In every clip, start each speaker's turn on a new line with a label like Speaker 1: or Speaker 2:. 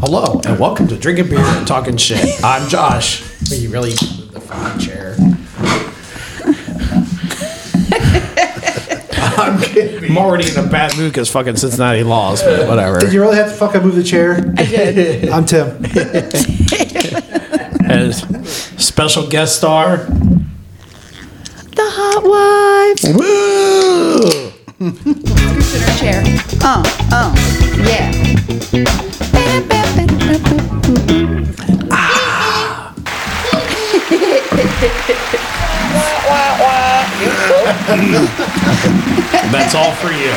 Speaker 1: Hello and welcome to drinking beer and talking shit. I'm Josh. You really moved the fucking chair. I'm, kidding. I'm already in a bad mood because fucking Cincinnati lost, but whatever.
Speaker 2: Did you really have to fucking move the chair? I did. I'm Tim.
Speaker 1: And special guest star.
Speaker 3: The hot wife.
Speaker 1: Woo!
Speaker 3: Scoots in her chair. Oh, oh, yeah.
Speaker 1: That's all for you.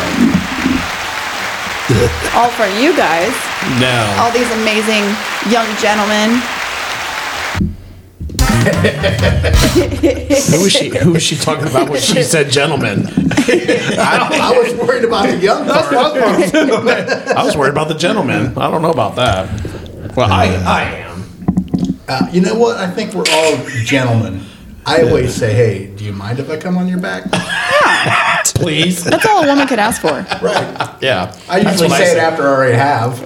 Speaker 3: All for you guys.
Speaker 1: No.
Speaker 3: All these amazing young gentlemen.
Speaker 1: Who was she? Who was she talking about when she said gentleman?
Speaker 4: I, I was worried about the young part.
Speaker 1: I was worried about the gentleman. I don't know about that. Well, I I am.
Speaker 4: Uh, you know what? I think we're all gentlemen. I always say, "Hey, do you mind if I come on your back?"
Speaker 1: Please.
Speaker 3: That's all a woman could ask for.
Speaker 4: Right.
Speaker 1: Yeah.
Speaker 4: I
Speaker 1: That's
Speaker 4: usually
Speaker 1: what
Speaker 4: say it
Speaker 1: said.
Speaker 4: after I already have.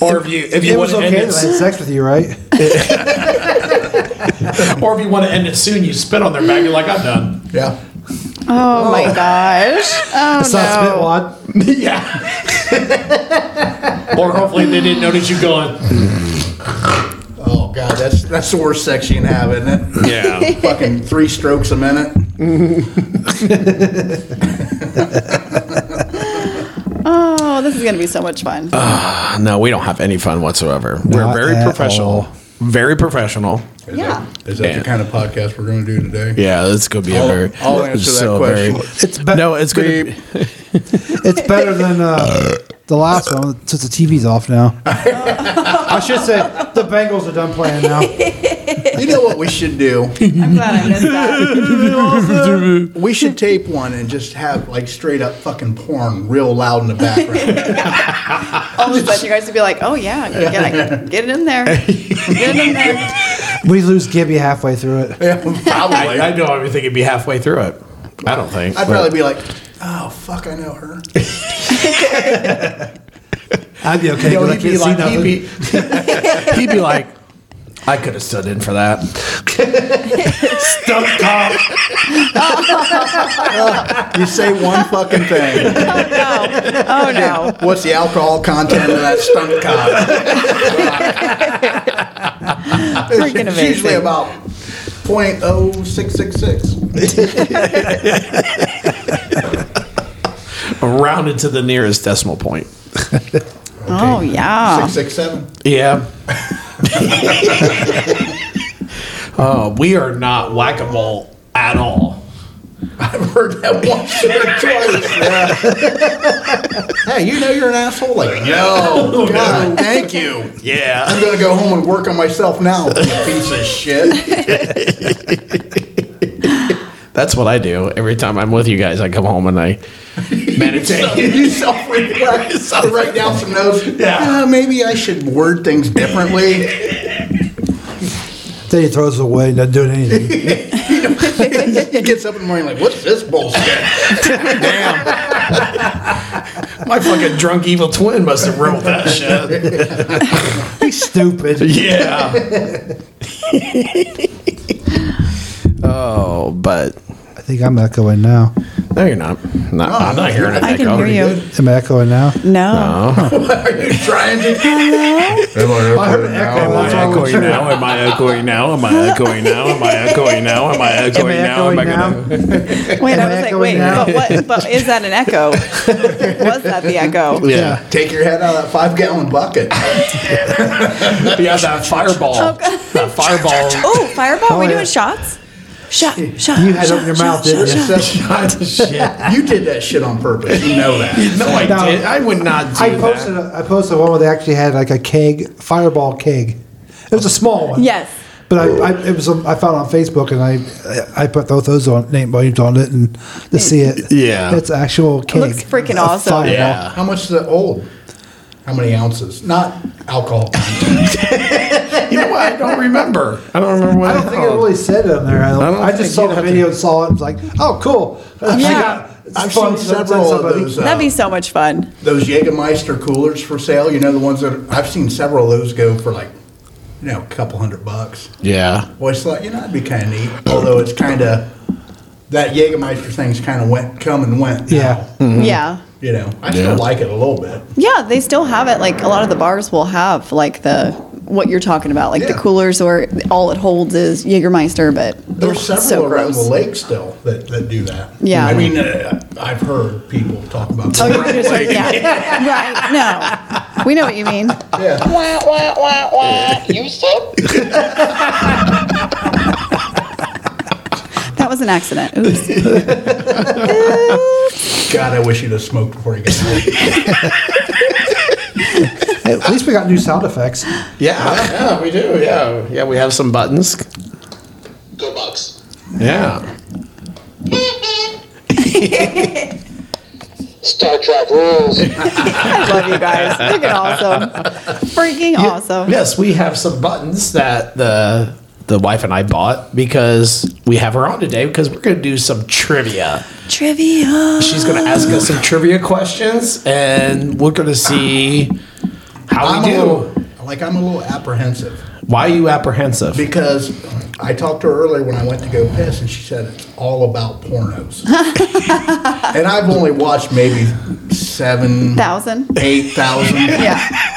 Speaker 1: Or if you if you
Speaker 2: It
Speaker 1: want
Speaker 2: was
Speaker 1: to
Speaker 2: okay
Speaker 1: end
Speaker 2: that I had
Speaker 1: it,
Speaker 2: sex with you, right?
Speaker 1: or if you want to end it soon, you spit on their back. You're like, I'm done.
Speaker 4: Yeah.
Speaker 3: Oh my gosh. Oh
Speaker 2: It's not spit
Speaker 3: no.
Speaker 2: wad.
Speaker 1: yeah. or hopefully they didn't notice you going.
Speaker 4: Oh God, that's that's the worst sex you can have, isn't it?
Speaker 1: Yeah.
Speaker 4: Fucking three strokes a minute.
Speaker 3: Oh, this is gonna be so much fun.
Speaker 1: No, we don't have any fun whatsoever. We're
Speaker 2: Not
Speaker 1: very
Speaker 2: at
Speaker 1: professional.
Speaker 2: all.
Speaker 1: Very professional.
Speaker 4: Is
Speaker 3: Yeah.
Speaker 4: That, is that
Speaker 1: Yeah.
Speaker 4: the kind of podcast we're going to do today?
Speaker 1: Yeah, it's gonna be
Speaker 4: I'll-
Speaker 1: a very.
Speaker 4: I'll answer that question.
Speaker 2: It's be-
Speaker 1: no, it's gonna. Be,
Speaker 2: It's better than uh, the last one since the TV's off now. I should say the Bengals are done playing now.
Speaker 4: You know what we should do?
Speaker 3: I'm glad I missed that.
Speaker 4: We should tape one and just have like straight up fucking porn real loud in the background.
Speaker 3: Only but you guys would be like, oh yeah, get, get it in there. Get it in there.
Speaker 2: We lose Gibby halfway through it.
Speaker 4: Yeah, probably.
Speaker 1: I, I don't even think it'd be halfway through it. I don't think.
Speaker 4: I'd probably be like, "Oh fuck, I know her."
Speaker 2: I'd be okay
Speaker 4: You know,
Speaker 2: because I
Speaker 4: he'd be
Speaker 2: can't
Speaker 4: like,
Speaker 2: see nothing.
Speaker 4: he'd be,
Speaker 1: He'd be like, I could have stood in for that. Stuck cop.
Speaker 4: You say one fucking thing.
Speaker 3: Oh no.
Speaker 4: What's the alcohol content of that stunt cock?
Speaker 3: Freaking
Speaker 4: It's usually
Speaker 3: amazing.
Speaker 4: about
Speaker 3: Uh-huh.
Speaker 4: .0666.
Speaker 1: Rounded to the nearest decimal point.
Speaker 3: Oh yeah.
Speaker 4: 667.
Speaker 1: Yeah. uh, we are not whack-a-mole at all.
Speaker 4: I've heard that once or twice. Yeah. hey, you know you're an asshole. Like, no, God, thank you. I'm
Speaker 1: Yeah.
Speaker 4: gonna go home and work on myself now. you Piece of shit.
Speaker 1: That's what I do. Every time I'm with you guys, I come home and I meditate.
Speaker 4: You self-reflect. Write down some notes.
Speaker 1: Yeah.
Speaker 4: Uh, maybe I should word things differently.
Speaker 2: then he throws it away and doesn't do anything.
Speaker 4: He gets up in the morning like, what's this bullshit?
Speaker 1: My fucking drunk evil twin must have wrote that shit.
Speaker 2: He's stupid.
Speaker 1: Yeah. oh, but
Speaker 2: I think I'm echoing now.
Speaker 1: no, you're not. Not-
Speaker 4: No,
Speaker 1: I'm not hearing it.
Speaker 3: I can hear you.
Speaker 2: Am I echoing now?
Speaker 3: No.
Speaker 4: Are you trying to? Hello. I heard an
Speaker 1: Am I echoing now? Am I echoing now? Am I echoing now? Am I echoing now? Am I echoing now? Am I gonna?
Speaker 3: Wait,
Speaker 2: Am
Speaker 3: I
Speaker 2: I
Speaker 3: was like,
Speaker 2: echoing
Speaker 3: wait,
Speaker 2: now?
Speaker 3: but what? But is that an echo? was that the echo?
Speaker 1: Yeah,
Speaker 4: Take your head out of that five-gallon bucket.
Speaker 1: yeah, that fireball, that fireball.
Speaker 3: Oh, fireball!
Speaker 2: Oh,
Speaker 3: we
Speaker 2: yeah.
Speaker 3: doing shots? Shot, shot.
Speaker 2: You had it
Speaker 3: shot,
Speaker 2: in your
Speaker 3: shot,
Speaker 2: mouth, didn't
Speaker 3: shot,
Speaker 2: you?
Speaker 3: shot.
Speaker 1: Shit.
Speaker 4: You did that shit on purpose. You know that.
Speaker 1: No, I
Speaker 2: No.
Speaker 1: did. I would not do
Speaker 2: I posted.
Speaker 1: that.
Speaker 2: A, I posted one where they actually had like a keg, fireball keg. It was a small one.
Speaker 3: Yes.
Speaker 2: But I, I it was on- I found it on Facebook and I I put both those on name names on it and to see it.
Speaker 1: Yeah.
Speaker 2: It's actual keg.
Speaker 3: looks freaking
Speaker 2: A
Speaker 3: awesome.
Speaker 2: fireball.
Speaker 1: Yeah,
Speaker 4: How much is that old? How many ounces? Not alcohol. content.
Speaker 1: you know what? I don't remember. I don't remember what
Speaker 2: I don't think it really said it on there. I,
Speaker 1: don't
Speaker 2: I
Speaker 1: think
Speaker 2: just saw
Speaker 1: you'd
Speaker 2: the
Speaker 1: have
Speaker 2: video and saw it and was like, oh cool. I
Speaker 3: Yeah.
Speaker 2: got
Speaker 4: I've seen
Speaker 2: fun sometimes
Speaker 4: several of
Speaker 2: somebody-
Speaker 4: those,
Speaker 3: That'd
Speaker 4: uh,
Speaker 3: be so much fun.
Speaker 4: those Jägermeister coolers for sale. You know, the ones that, are- I've seen several of those go for like, you know, a couple hundred bucks.
Speaker 5: Yeah.
Speaker 4: Well, it's like, you know, that'd be kind of neat. Although it's kind of, that Jägermeister thing's kind of went, come and went. now,
Speaker 2: Yeah.
Speaker 3: Yeah.
Speaker 4: You know, I
Speaker 5: Yeah.
Speaker 4: still like it a little bit.
Speaker 3: Yeah, they still have it. Like a lot of the bars will have like the what you're talking about, like the
Speaker 4: Yeah.
Speaker 3: coolers or all it holds is Jägermeister. But
Speaker 4: There's
Speaker 3: ugh,
Speaker 4: several
Speaker 3: so
Speaker 4: around
Speaker 3: gross.
Speaker 4: the lake still that, that do that.
Speaker 3: Yeah.
Speaker 4: I mean, uh, I've heard people talk about
Speaker 3: Oh,
Speaker 4: that.
Speaker 3: you're gonna start, yeah. right? No, we know what you mean.
Speaker 4: Yeah.
Speaker 6: Wah, wah, wah, wah. You suck.
Speaker 3: That was an accident. Oops.
Speaker 4: God, I wish you'd have smoked before you got there.
Speaker 2: At least we got new sound effects.
Speaker 5: Yeah. Yeah, we do. Yeah. Yeah, we have some buttons.
Speaker 6: Go Bucks.
Speaker 5: Yeah.
Speaker 6: Star Trek rules.
Speaker 3: I love you guys. Freaking awesome. Freaking awesome.
Speaker 5: Yes, we have some buttons that the the wife and I bought because we have her on today because we're going to do some trivia.
Speaker 3: Trivia.
Speaker 5: She's going to ask us some trivia questions and we're going to see how
Speaker 4: I'm
Speaker 5: we
Speaker 4: a
Speaker 5: do.
Speaker 4: little, like, I'm a little apprehensive
Speaker 5: Why are you apprehensive?
Speaker 4: because I talked to her earlier when I went to go piss, and she said it's all about pornos. and I've only watched maybe seven,
Speaker 3: Thousand.
Speaker 4: eight thousand.
Speaker 3: Yeah.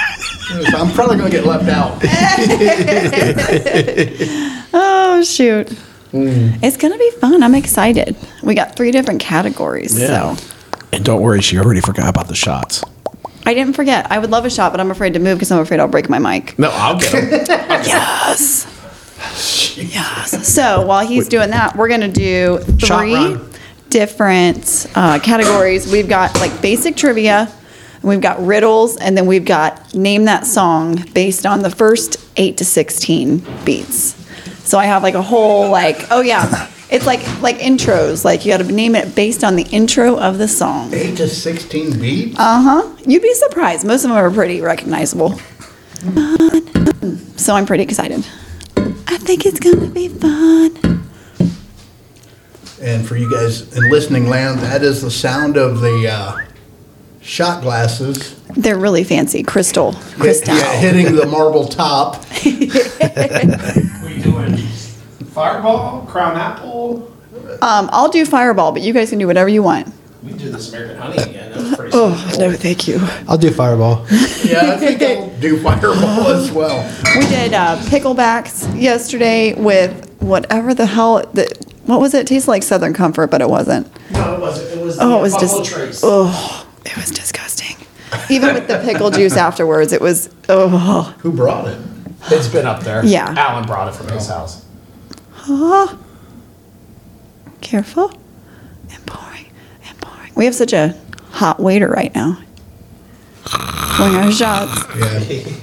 Speaker 4: So I'm probably going to get left out.
Speaker 3: Oh shoot. It's gonna be fun. I'm excited. We got three different categories. So.
Speaker 5: And don't worry, she already forgot about the shots.
Speaker 3: I didn't forget. I would love a shot, but I'm afraid to move because I'm afraid I'll break my mic.
Speaker 5: No, I'll get them.
Speaker 3: Yes. Yes. So while he's doing that, we're gonna do
Speaker 5: Shot
Speaker 3: three
Speaker 5: run.
Speaker 3: different uh, categories. We've got like basic trivia, we've got riddles, and then we've got name that song based on the first eight to sixteen beats. So I have like a whole like oh yeah, it's like like intros. Like you got to name it based on the intro of the song.
Speaker 4: Eight to sixteen beats.
Speaker 3: Uh-huh. You'd be surprised. Most of them are pretty recognizable. So I'm pretty excited. I think it's gonna be fun.
Speaker 4: And for you guys in listening land, that is the sound of the uh, shot glasses
Speaker 3: They're really fancy, crystal,
Speaker 4: hit-
Speaker 3: crystal.
Speaker 4: yeah, hitting the marble top.
Speaker 2: We doing fireball, crown apple.
Speaker 3: Um, I'll do fireball, but you guys can do whatever you want.
Speaker 5: We did this American Honey again. That was pretty
Speaker 3: Oh no, thank you.
Speaker 2: I'll do fireball.
Speaker 4: Yeah, I think I'll do fireball as well.
Speaker 3: We did uh, picklebacks yesterday with whatever the hell. The, what was it? It tasted like Southern Comfort, but it wasn't.
Speaker 5: No, it wasn't. It was
Speaker 3: Oh, it was just. Oh, it was disgusting. Even with the pickle juice afterwards, it was. Oh.
Speaker 4: Who brought it?
Speaker 5: It's been up there.
Speaker 3: Yeah.
Speaker 5: Alan brought it from his house.
Speaker 3: Ah. Careful. And pouring and pouring. We have such a hot waiter right now. Pouring our shots.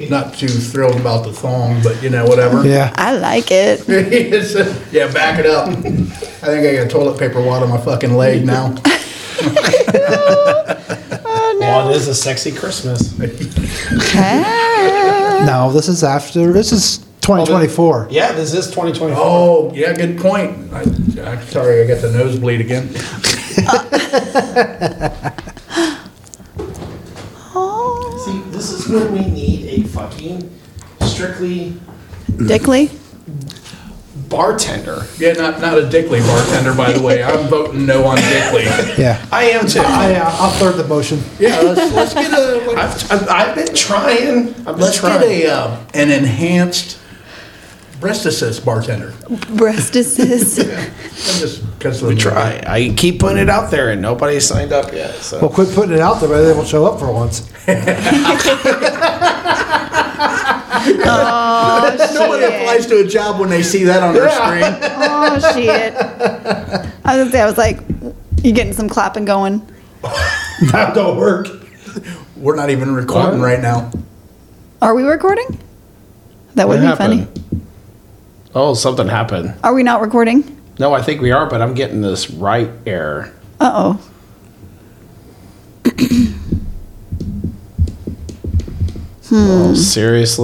Speaker 4: Yeah, not too thrilled about the thong, but you know, whatever.
Speaker 2: Yeah.
Speaker 3: I like it.
Speaker 4: It's, uh, yeah, back it up. I think I got toilet paper wad on my fucking leg now.
Speaker 5: Well, it is a sexy Christmas.
Speaker 3: Hey.
Speaker 2: No, this is after. This is 2024.
Speaker 5: Yeah, this is 2024.
Speaker 4: Oh, yeah, good point. I, I'm sorry, I got the nosebleed again.
Speaker 3: Oh.
Speaker 5: See, this is when we need a fucking strictly
Speaker 3: Dickley?
Speaker 5: bartender.
Speaker 4: Yeah, not not a Dickley bartender, by the way. I'm voting no on Dickley.
Speaker 2: Yeah.
Speaker 5: I am too. I,
Speaker 2: I, uh, I'll third the motion.
Speaker 4: Yeah, let's, let's get a let's,
Speaker 5: I've, I've, I've been trying. I've been
Speaker 4: get
Speaker 5: trying.
Speaker 4: a uh, an enhanced breast assist bartender.
Speaker 3: Breast assist.
Speaker 4: I'm just because we
Speaker 5: try. I keep putting it out there, and nobody signed up yet. So
Speaker 2: Well, quit putting it out there, but they won't show up for once.
Speaker 4: Nobody applies to a job when they see that on their screen.
Speaker 3: Oh, shit. I was, gonna say, I was like, you getting some clapping going?
Speaker 2: That don't work.
Speaker 4: We're not even recording
Speaker 5: What?
Speaker 4: right now.
Speaker 3: Are we recording? That would be funny.
Speaker 5: Oh, something happened.
Speaker 3: Are we not recording?
Speaker 5: No, I think we are, but I'm getting this right error.
Speaker 3: Uh oh. Hmm.
Speaker 5: Oh, seriously,